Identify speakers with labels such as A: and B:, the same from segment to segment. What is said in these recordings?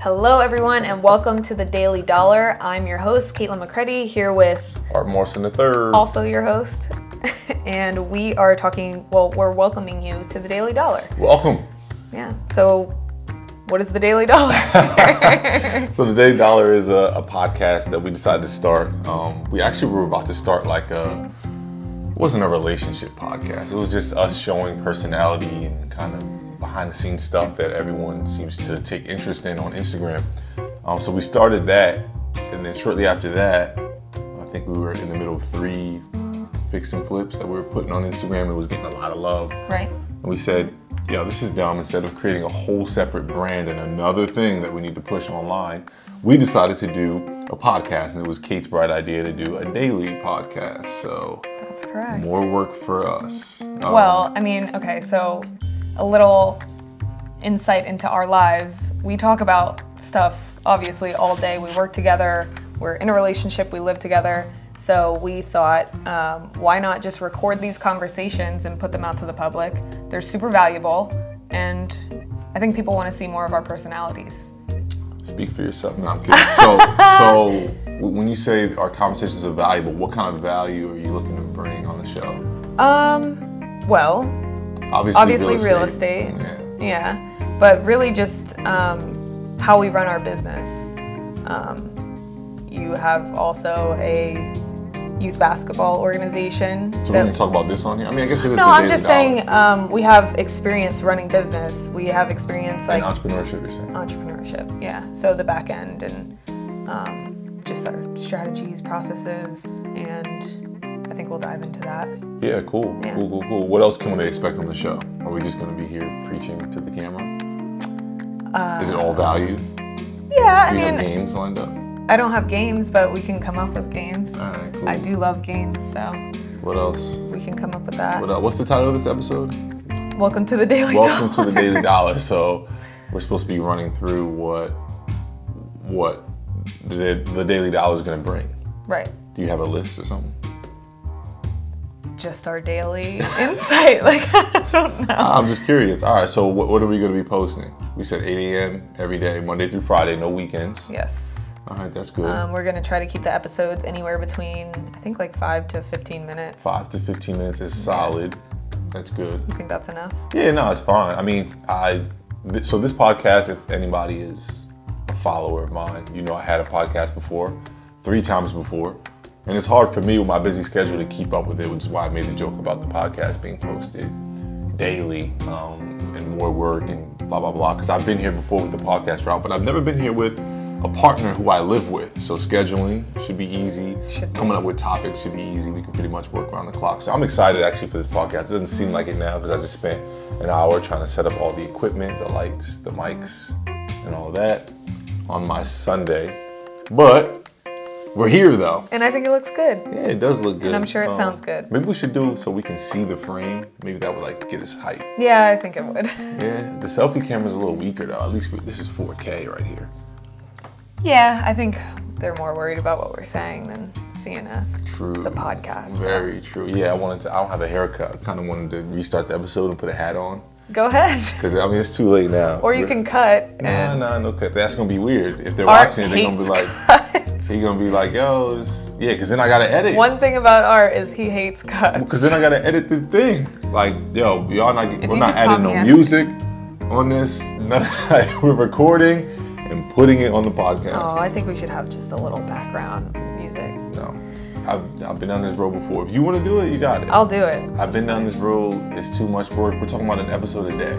A: Hello, everyone, and welcome to the Daily Dollar. I'm your host, Caitlin McCready, here with
B: Art Morrison the third.
A: also your host, and we are talking. Well, we're welcoming you to the Daily Dollar.
B: Welcome.
A: Yeah. So, what is the Daily Dollar?
B: So the Daily Dollar is a, a podcast that we decided to start. Um, we actually were about to start like a it wasn't a relationship podcast. It was just us showing personality and kind of behind the scenes stuff that everyone seems to take interest in on Instagram. Um, so we started that, and then shortly after that, I think we were in the middle of three fix and flips that we were putting on Instagram. It was getting a lot of love.
A: right.
B: And we said, yo, this is dumb. Instead of creating a whole separate brand and another thing that we need to push online, we decided to do a podcast. And it was Kate's bright idea to do a daily podcast. So
A: That's correct.
B: more work for us. Um,
A: Well, I mean, okay, so a little insight into our lives. We talk about stuff obviously all day. We work together, we're in a relationship, we live together. So we thought, um, why not just record these conversations and put them out to the public? They're super valuable, and I think people want to see more of our personalities.
B: speak for yourself. No, I'm kidding. So, so w- when you say our conversations are valuable, what kind of value are you looking to bring on the show?
A: Um, well,
B: Obviously,
A: obviously real estate.
B: Yeah.
A: Yeah. But really just um, how we run our business. Um, you have also a youth basketball organization.
B: So we're
A: that-
B: going to talk about this on here. I mean, I guess it is.
A: no,
B: the
A: I'm
B: Daily
A: just
B: Dollar.
A: saying um, we have experience running business. We have experience like
B: And entrepreneurship. You're saying.
A: entrepreneurship. Yeah. So the back end and um, just our strategies, processes, and I think we'll dive into that.
B: Yeah, cool.
A: Yeah.
B: Cool, cool, cool. What else can we expect on the show? Are we just going to be here preaching to the camera? Is it all value? Do
A: Yeah, Uh, I
B: we have
A: mean,
B: games lined up?
A: I don't have games, but we can come up with games.
B: All right, cool.
A: I do love games, so
B: What else?
A: we can come up with that.
B: What else? What's the title of this episode?
A: Welcome to the Daily
B: Welcome to
A: Dollar.
B: the Daily Dollar. So we're supposed to be running through what what the, the Daily Dollar is going to bring.
A: right.
B: Do you have a list or something?
A: Just our daily insight. Like I don't know.
B: I'm just curious. All right, so what, what are we going to be posting? We said 8 a.m. every day, Monday through Friday, no weekends.
A: Yes.
B: All right, that's good.
A: Um, we're gonna try to keep the episodes anywhere between I think like five to fifteen minutes.
B: five to 15 minutes is solid. That's good.
A: I think that's enough.
B: Yeah, no, it's fine. I mean, I th- so this podcast, if anybody is a follower of mine, you know I had a podcast before, three times before, and it's hard for me with my busy schedule to keep up with it, which is why I made the joke about the podcast being posted daily um, and more work and blah blah blah. Because I've been here before with the podcast route, but I've never been here with a partner who I live with. So scheduling should be easy.
A: Should be.
B: Coming up with topics should be easy. We can pretty much work around the clock. So I'm excited actually for this podcast. It doesn't seem like it now because I just spent an hour trying to set up all the equipment, the lights, the mics, and all that on my Sunday. But we're here though.
A: And I think it looks good.
B: Yeah, it does look good. Um,
A: I'm sure it sounds good.
B: Maybe we should do so we can see the frame. Maybe that would like get us hype.
A: Yeah, I think it would.
B: Yeah, the selfie camera's a little weaker though. At least we, this is 4K right here.
A: Yeah, I think they're more worried about what we're saying than seeing us.
B: True.
A: It's a podcast. so-
B: Very true. Yeah, I wanted to. I don't have a haircut. I kind of wanted to restart the episode and put a hat on
A: Go ahead.
B: because I mean it's too late now.
A: Or you can cut.
B: Nah, nah, no cut. That's gonna be weird. If they're
A: Art
B: watching it, they're gonna be
A: hates
B: like,
A: cuts.
B: they're gonna be like, yo, this, yeah, because then I gotta edit.
A: One thing about art is he hates cuts.
B: Because then I gotta edit the thing. Like, yo, y'all not we're
A: you
B: not
A: just taught
B: adding
A: me
B: no
A: how-
B: music on this. None, like, we're recording and putting it on the podcast.
A: Oh, I think we should have just a little background music.
B: No, I've, I've been down this road before. If you want to do it, you got it.
A: I'll do it.
B: I've been down this road. It's too much work. We're talking about an episode a day.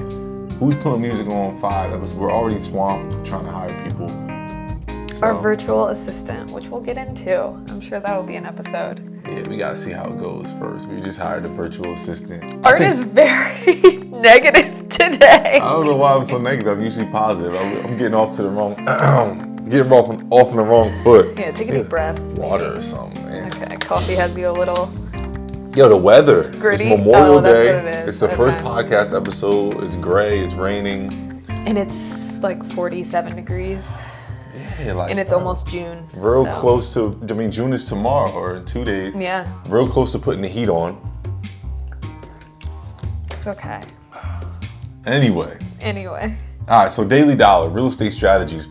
B: Who's putting music on five episodes? We're already swamped trying to hire people.
A: Our
B: So,
A: virtual assistant, which we'll get into. I'm sure that'll be an episode.
B: yeah, we gotta see how it goes first. We just hired a virtual assistant. I
A: Art
B: think- Oh.
A: is very negative today.
B: I don't know why I'm so negative. I'm usually positive. I'm, I'm getting off to the wrong, getting off on, off on the wrong foot.
A: yeah, take a deep breath.
B: Water or something, man.
A: Okay, coffee has you a little.
B: Yo, the weather.
A: Gritty?
B: It's Memorial
A: Oh, that's
B: Day.
A: what it is.
B: It's the first
A: Okay.
B: podcast episode. It's gray. It's raining.
A: And it's like 47 degrees,
B: Yeah, like, uh,
A: and it's almost June.
B: real
A: so-
B: close to. I mean, June is tomorrow or in two days.
A: Yeah,
B: Real close to putting the heat on.
A: it's okay.
B: Anyway,
A: Anyway,
B: all right. So daily dollar real estate strategies.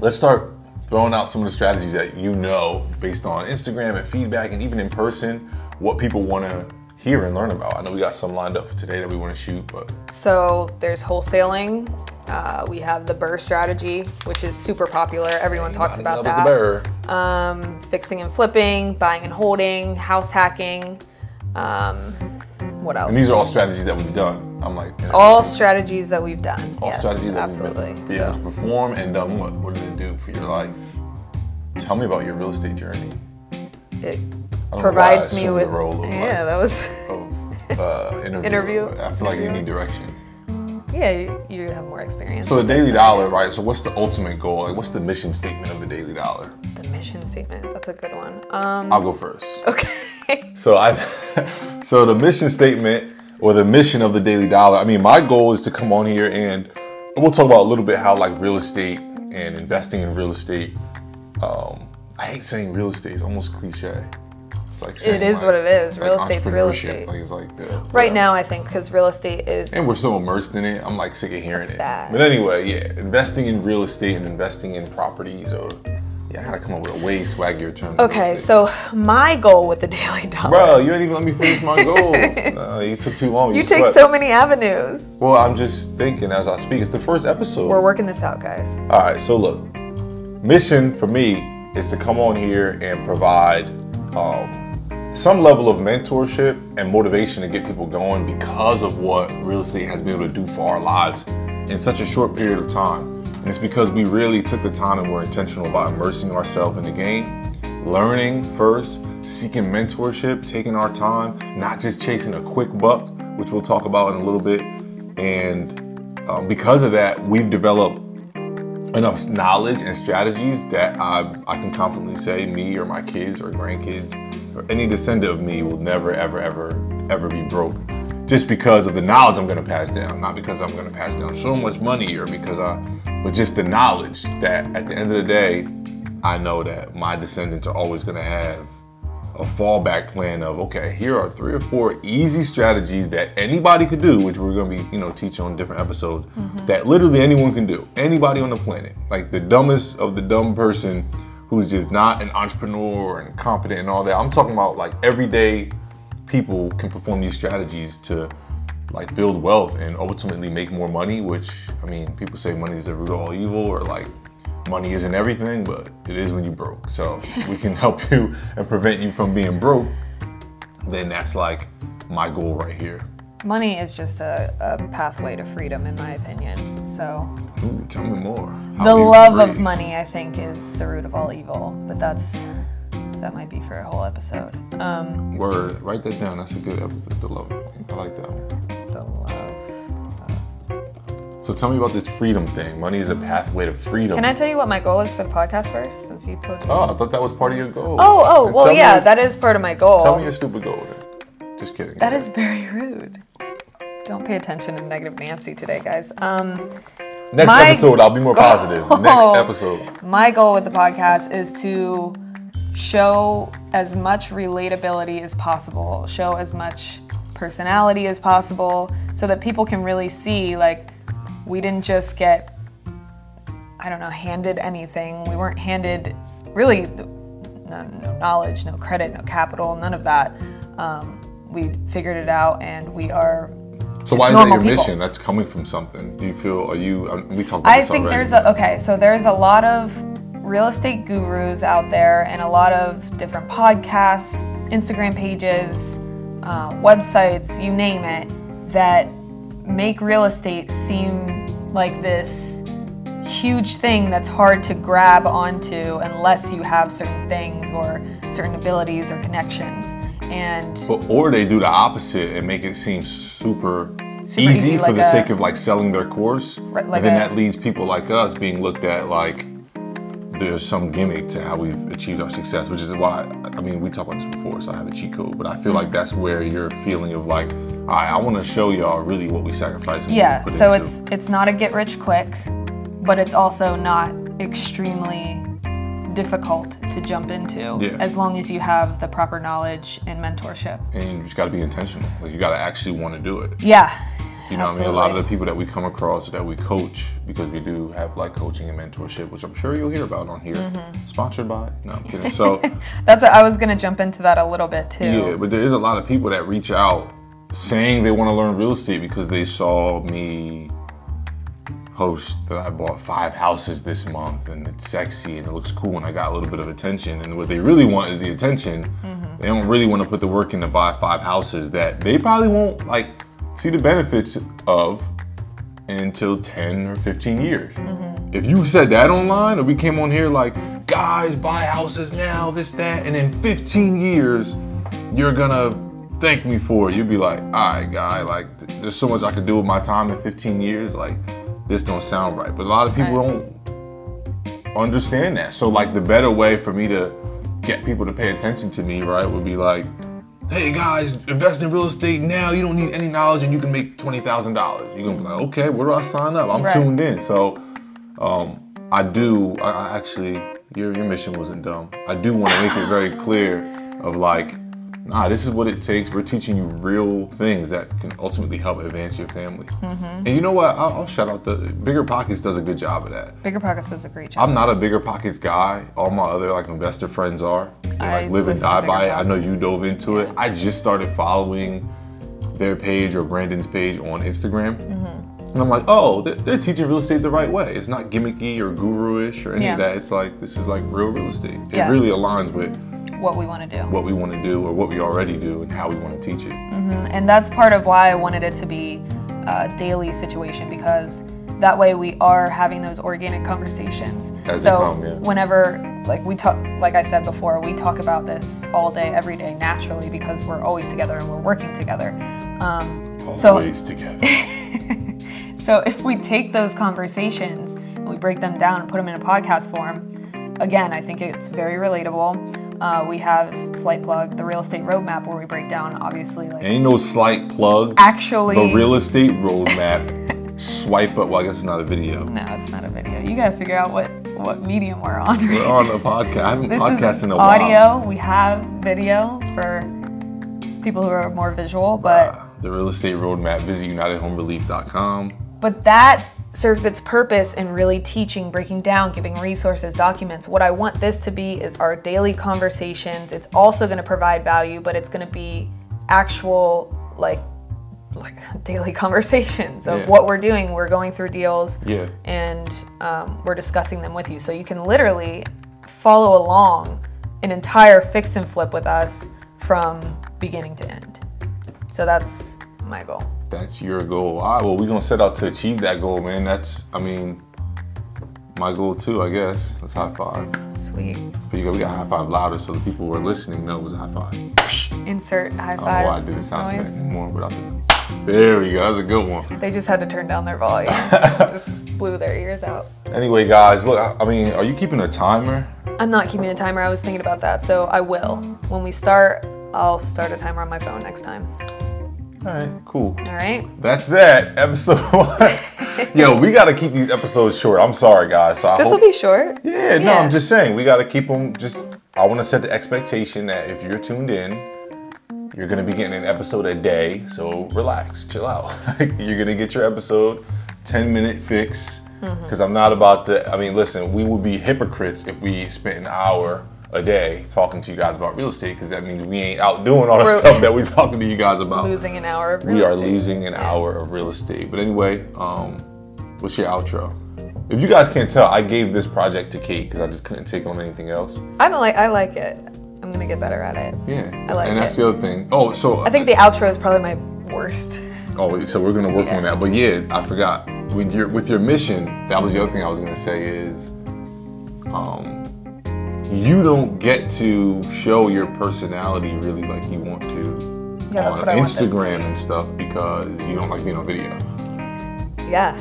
B: let's start throwing out some of the strategies that you know based on Instagram and feedback and even in person what people want to hear and learn about. I know we got some lined up for today that we want to shoot, but
A: So there's wholesaling. Uh, we have the burr strategy, which is super popular. Everyone talks
B: Not
A: about
B: enough
A: that.
B: of the bear.
A: Um, Fixing and flipping, buying and holding, house hacking. Um, what else?
B: And these are all strategies that we've done. I'm like, man,
A: all strategies that we've done.
B: all
A: yes,
B: strategies that
A: absolutely.
B: we've been- been able
A: so.
B: to perform and done what? What did it do for your life? Tell me about your real estate journey.
A: it
B: I don't know why I
A: provides me
B: assumed
A: with
B: the role of,
A: yeah
B: like,
A: that was
B: of uh, interview.
A: Interview. Mm-hmm.
B: I feel like you need direction.
A: yeah you, you have more experience
B: So the Daily Dollar, right? So what's the ultimate goal? Like, what's the mission statement of the Daily Dollar?
A: the mission statement that's a good one um
B: I'll go first.
A: okay
B: So I, so the mission statement or the mission of the Daily Dollar. I mean, my goal is to come on here and we'll talk about a little bit how like real estate and investing in real estate. Um, I hate saying real estate; it's almost cliche. It's like saying,
A: is
B: like-
A: what it is. Real estate's real
B: entrepreneurship.
A: estate.
B: Like it's like the,
A: right now i think because real estate is
B: and we're so immersed in it. I'm like sick of hearing it.
A: That.
B: But anyway, yeah, investing in real estate and investing in properties, or yeah, I gotta come up with a way swaggier term. than real
A: okay
B: estate.
A: so my goal with the daily dollar
B: Bro, you ain't even let me finish my goal. uh, you took too long.
A: you
B: You,
A: take
B: slept.
A: so many avenues
B: Well, I'm just thinking as I speak. It's the first episode.
A: we're working this out guys
B: All right, so look, mission for me is to come on here and provide um, some level of mentorship and motivation to get people going because of what real estate has been able to do for our lives in such a short period of time. And it's because we really took the time and were intentional about immersing ourselves in the game, learning first, seeking mentorship, taking our time, not just chasing a quick buck, which we'll talk about in a little bit. And um, because of that, we've developed enough knowledge and strategies that I, I can confidently say me or my kids or grandkids or any descendant of me will never, ever, ever, ever be broke. Just because of the knowledge I'm gonna pass down, not because I'm gonna pass down so much money or because I, but just the knowledge that at the end of the day, I know that my descendants are always gonna have a fallback plan of okay, here are three or four easy strategies that anybody could do, which we're gonna be you know teaching on different episodes that literally anyone can do, anybody on the planet, like the dumbest of the dumb person who's just not an entrepreneur and competent and all that. I'm talking about like everyday people can perform these strategies to like build wealth and ultimately make more money. Which I mean, people say money is the root of all evil, or like money isn't everything, but it is when you broke. So we can help you and prevent you from being broke. Then that's like my goal right here.
A: money is just a, a pathway to freedom in my opinion so
B: Ooh, tell me more. How
A: the
B: are you
A: love of
B: free?
A: money i think is the root of all evil but that's that might be for a whole episode Um,
B: Word. Write that down. That's a good episode. The love. I like that one.
A: the love
B: So tell me about this freedom thing. Money is a pathway to freedom.
A: Can I tell you what my goal is for the podcast first, since you told me?
B: Oh, I thought that was part of your goal.
A: oh, oh,
B: Tell
A: well,
B: me
A: yeah,
B: your-
A: that is part of my goal.
B: Tell me your stupid goal. Then. Just kidding.
A: that is very rude. Don't pay attention to negative Nancy today, guys. Um,
B: Next
A: my
B: episode, I'll be more positive. Next
A: goal.
B: episode.
A: my goal with the podcast is to show as much relatability as possible, show as much personality as possible, so that people can really see like we didn't just get I don't know, handed anything. We weren't handed really th- no, no knowledge, no credit, no capital, none of that. Um, we figured it out, and we are.
B: So why is that
A: normal
B: your
A: people.
B: mission? That's coming from something. Do you feel? Are you? um, We talked about
A: I
B: this
A: think
B: already.
A: there's a okay, so there's a lot of real estate gurus out there, and a lot of different podcasts, Instagram pages, uh, websites, you name it, that make real estate seem like this huge thing that's hard to grab onto unless you have certain things or certain abilities or connections. And
B: But or they do the opposite and make it seem super, easy,
A: easy,
B: for
A: like
B: the
A: a-
B: sake of like selling their course.
A: Right, like
B: and then
A: a-
B: that leads people like us being looked at like there's some gimmick to how we've achieved our success, which is why I mean we talked about this before, so I have a cheat code. But I feel
A: Mm.
B: like that's where your feeling of like, all right, I want to show y'all really what we sacrificed. and what we
A: yeah,
B: put
A: so
B: into."
A: it's it's not a get rich quick, but it's also not extremely difficult to jump into
B: Yeah.
A: as long as you have the proper knowledge and mentorship.
B: and you just got to be intentional. Like you got to actually want to do it.
A: Yeah.
B: You know, what I mean, a lot of the
A: Absolutely.
B: people that we come across that we coach because we do have like coaching and mentorship, which I'm sure you'll hear about on here. Sponsored by? No, I'm kidding. So.
A: That's I was gonna jump into that a little bit too.
B: Yeah, but there is a lot of people that reach out saying they want to learn real estate because they saw me post that I bought five houses this month and it's sexy and it looks cool and I got a little bit of attention. And what they really want is the attention. They don't really want to put the work in to buy five houses that they probably won't like see the benefits of until 10 or 15 years. If you said that online or we came on here like, guys, buy houses now, this, that, and in 15 years, you're gonna thank me for it. You'd be like, all right, guy, like, th- there's so much I could do with my time in 15 years. Like, this don't sound right. But a lot of people
A: Right.
B: don't understand that. So like the better way for me to get people to pay attention to me, right, would be like, hey guys, invest in real estate now. You don't need any knowledge and you can make twenty thousand dollars. You're gonna be like, okay, where do I sign up? I'm
A: Right.
B: tuned in. So um I do I, I actually your your mission wasn't dumb. I do wanna make it very clear of like Nah, this is what it takes. We're teaching you real things that can ultimately help advance your family. And you know what? I'll, I'll shout out the Bigger Pockets does a good job of that.
A: Bigger Pockets does a great job.
B: I'm not a bigger pockets guy. All my other like investor friends are. They
A: I
B: like live and
A: listen to
B: die by it.
A: Bigger
B: I know you
A: Pockets.
B: dove into it. I just started following their page or Brandon's page on Instagram.
A: Mm-hmm.
B: And I'm like, oh, they're, they're teaching real estate the right way. It's not gimmicky or guru-ish or any
A: Yeah.
B: of that. It's like this is like real real estate. It
A: Yeah.
B: really aligns with
A: what we want to do.
B: what we want to do or what we already do and how we want to teach it.
A: and that's part of why I wanted it to be a daily situation because that way we are having those organic conversations.
B: As they
A: so
B: come, yeah.
A: whenever, like we talk, like I said before, we talk about this all day, every day, naturally because we're always together and we're working together. Um, so,
B: Always together.
A: so if we take those conversations and we break them down and put them in a podcast form, again, I think it's very relatable. Uh, we have slight plug the real estate roadmap where we break down obviously like
B: Ain't no slight plug.
A: actually
B: The real estate roadmap. Swipe up. Well, I guess it's not a video.
A: No, it's not a video. You gotta figure out what what medium we're on.
B: We're on a podcast. I haven't
A: This is
B: podcasted in a while.
A: audio. We have video for people who are more visual, but
B: The real estate roadmap. Visit UnitedHomeRelief.com.
A: but that serves its purpose in really teaching, breaking down, giving resources, documents. What I want this to be is our daily conversations. It's also going to provide value, but it's going to be actual like like daily conversations of
B: Yeah.
A: what we're doing. We're going through deals
B: Yeah.
A: and um, we're discussing them with you. So you can literally follow along an entire fix and flip with us from beginning to end. So that's my goal.
B: That's your goal. All right. Well, we're gonna set out to achieve that goal, man. That's, I mean, my goal too. I guess. Let's high five.
A: Sweet.
B: But you got, we got high five louder so the people who are listening know it was a high five.
A: Insert high
B: I don't
A: five
B: know why I did the sound effect
A: noise.
B: anymore, but I think. There we go. That's a good one.
A: They just had to turn down their volume. just blew their ears out.
B: Anyway, guys, look. I I mean, are you keeping a timer?
A: I'm not keeping a timer. I was thinking about that, so I will. When we start, I'll start a timer on my phone next time.
B: All right. Cool.
A: All right.
B: That's that episode one. Yo, we gotta keep these episodes short. I'm sorry, guys. So I
A: This will
B: hope.
A: be short.
B: yeah, no,
A: yeah.
B: I'm just saying we gotta keep them. Just I want to set the expectation that if you're tuned in, you're gonna be getting an episode a day. So relax, chill out. you're gonna get your episode, 10 minute fix.
A: Mm-hmm.
B: Because I'm not about to. I mean, listen, we would be hypocrites if we spent an hour a day talking to you guys about real estate. Because that means we ain't out doing all the
A: We're-
B: stuff that we're talking to you guys about
A: Losing an hour of real
B: we are
A: estate.
B: losing an hour of real estate. But anyway, um, what's your outro? If you guys can't tell, I gave this project to Kate because I just couldn't take on anything else.
A: I'm like, I like it. I'm gonna get better at it.
B: Yeah,
A: I like
B: and that's
A: it.
B: the other thing. Oh, so
A: I think the outro is probably my worst.
B: Oh, so we're gonna work
A: Yeah.
B: on that. But yeah, I forgot. With your with your mission, that was the other thing I was gonna say is, um, you don't get to show your personality really like you want to
A: Yeah, that's
B: on
A: what I want this to
B: Instagram and stuff because you don't like being on video.
A: Yeah.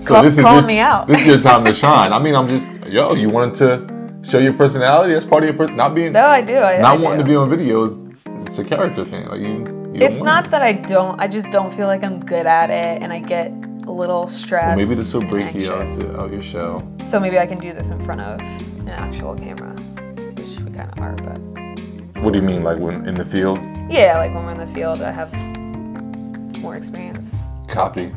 B: so
A: Call-
B: this is
A: call
B: your,
A: me out.
B: this is your time to shine. I mean, I'm just yo. You wanted to show your personality. That's part of your per- not being
A: No, I do. I,
B: not
A: I
B: wanting
A: do.
B: to be on video. is- It's a character thing. Like you. you don't
A: It's
B: want
A: not
B: it.
A: that I don't. I just don't feel like I'm good at it, and I get a little stressed.
B: Maybe this will
A: and
B: break you out,
A: anxious.
B: the- out your shell.
A: So maybe I can do this in front of an actual camera, which we kind of are, but
B: What do you mean, like when in the field?
A: yeah, like when we're in the field, I have more experience
B: Copy.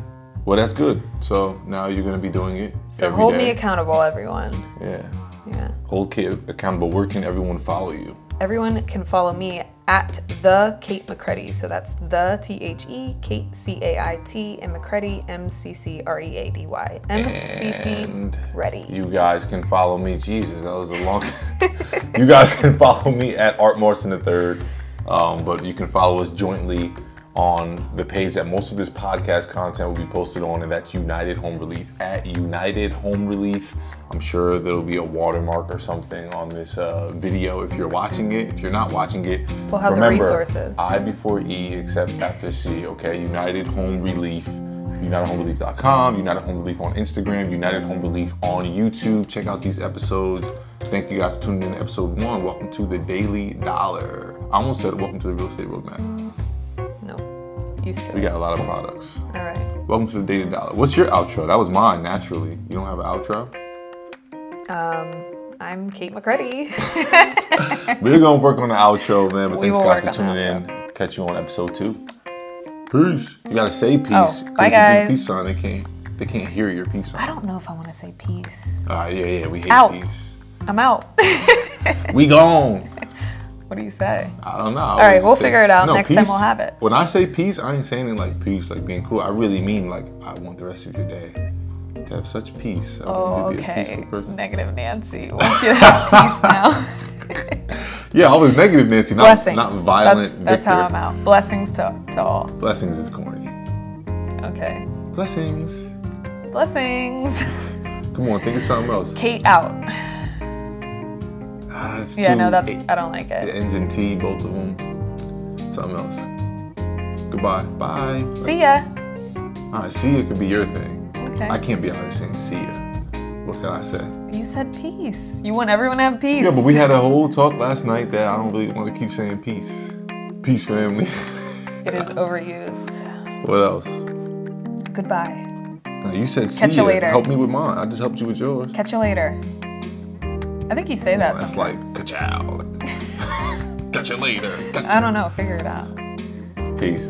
B: Well, that's good. So now you're going to be doing it.
A: So
B: every
A: hold me
B: day.
A: accountable, everyone.
B: Yeah.
A: Yeah.
B: Hold Kate accountable. Where can everyone follow you?
A: Everyone can follow me at the Kate McCready. So that's the T H E Kate C A I T and McCready M C C R E A D Y M C C
B: And
A: Ready.
B: you guys can follow me. Jesus, that was a long. you guys can follow me at Art Morrison III, um, but you can follow us jointly on the page that most of this podcast content will be posted on, and that's United Home Relief at United Home Relief. I'm sure there'll be a watermark or something on this uh, video if you're watching it. If you're not watching it,
A: We'll have the
B: remember,
A: resources.
B: I before E except after C. Okay, United Home Relief, UnitedHomeRelief.com, United Home Relief on Instagram, United Home Relief on YouTube. Check out these episodes. Thank you guys for tuning in to episode one. Welcome to the Daily Dollar. I almost said welcome to the Real Estate Roadmap.
A: No. Used to.
B: We
A: it.
B: got a lot of products.
A: All right.
B: Welcome to the Daily Dollar. What's your outro? That was mine naturally. You don't have an outro?
A: I'm Kate McCready.
B: We're gonna work on the outro, man. But
A: We
B: thanks
A: will
B: guys
A: work
B: for
A: on
B: tuning
A: the
B: in. Catch you on episode two. Peace. You gotta say peace.
A: Oh,
B: 'cause
A: bye,
B: if you do
A: guys.
B: Peace sign. They can't. They can't hear your peace
A: I
B: sign.
A: don't know if I want to say peace.
B: Ah, yeah, yeah. We hate
A: Out.
B: peace.
A: I'm out.
B: We gone.
A: what do you say?
B: I don't know.
A: right, we'll figure it out. Next time we'll have it.
B: When I say peace, I ain't saying it like peace, like being cool. I really mean like I want the rest of your day to have such peace. I
A: Oh,
B: want you to be a
A: okay.
B: peaceful person.
A: Negative Nancy wants you to have peace now.
B: yeah, I was negative, Nancy. Not,
A: Blessings.
B: Not violent.
A: That's, that's how I'm
B: Victor.
A: out. Blessings to, to all.
B: Blessings is corny.
A: Okay.
B: Blessings.
A: Blessings.
B: Come on, think of something else.
A: Kate out.
B: Ah, it's
A: Yeah, no,
B: too-
A: that's
B: it-
A: I don't like
B: It
A: it.
B: ends in T, both of them. Something else. Goodbye. Bye.
A: See ya.
B: All right, see ya could be your thing.
A: Okay.
B: I can't be out here saying see ya. What can I say?
A: You said peace. You want everyone to have peace.
B: Yeah, but we had a whole talk last night that I don't really want to keep saying peace. Peace, family.
A: It is overused.
B: what else?
A: Goodbye.
B: No, you said see
A: Catch you
B: ya.
A: later.
B: Help me with mine. I just helped you with yours.
A: Catch you later. I think you say that
B: That's
A: sometimes.
B: like ka-chow. Catch you later.
A: I don't know. Figure it out.
B: Peace.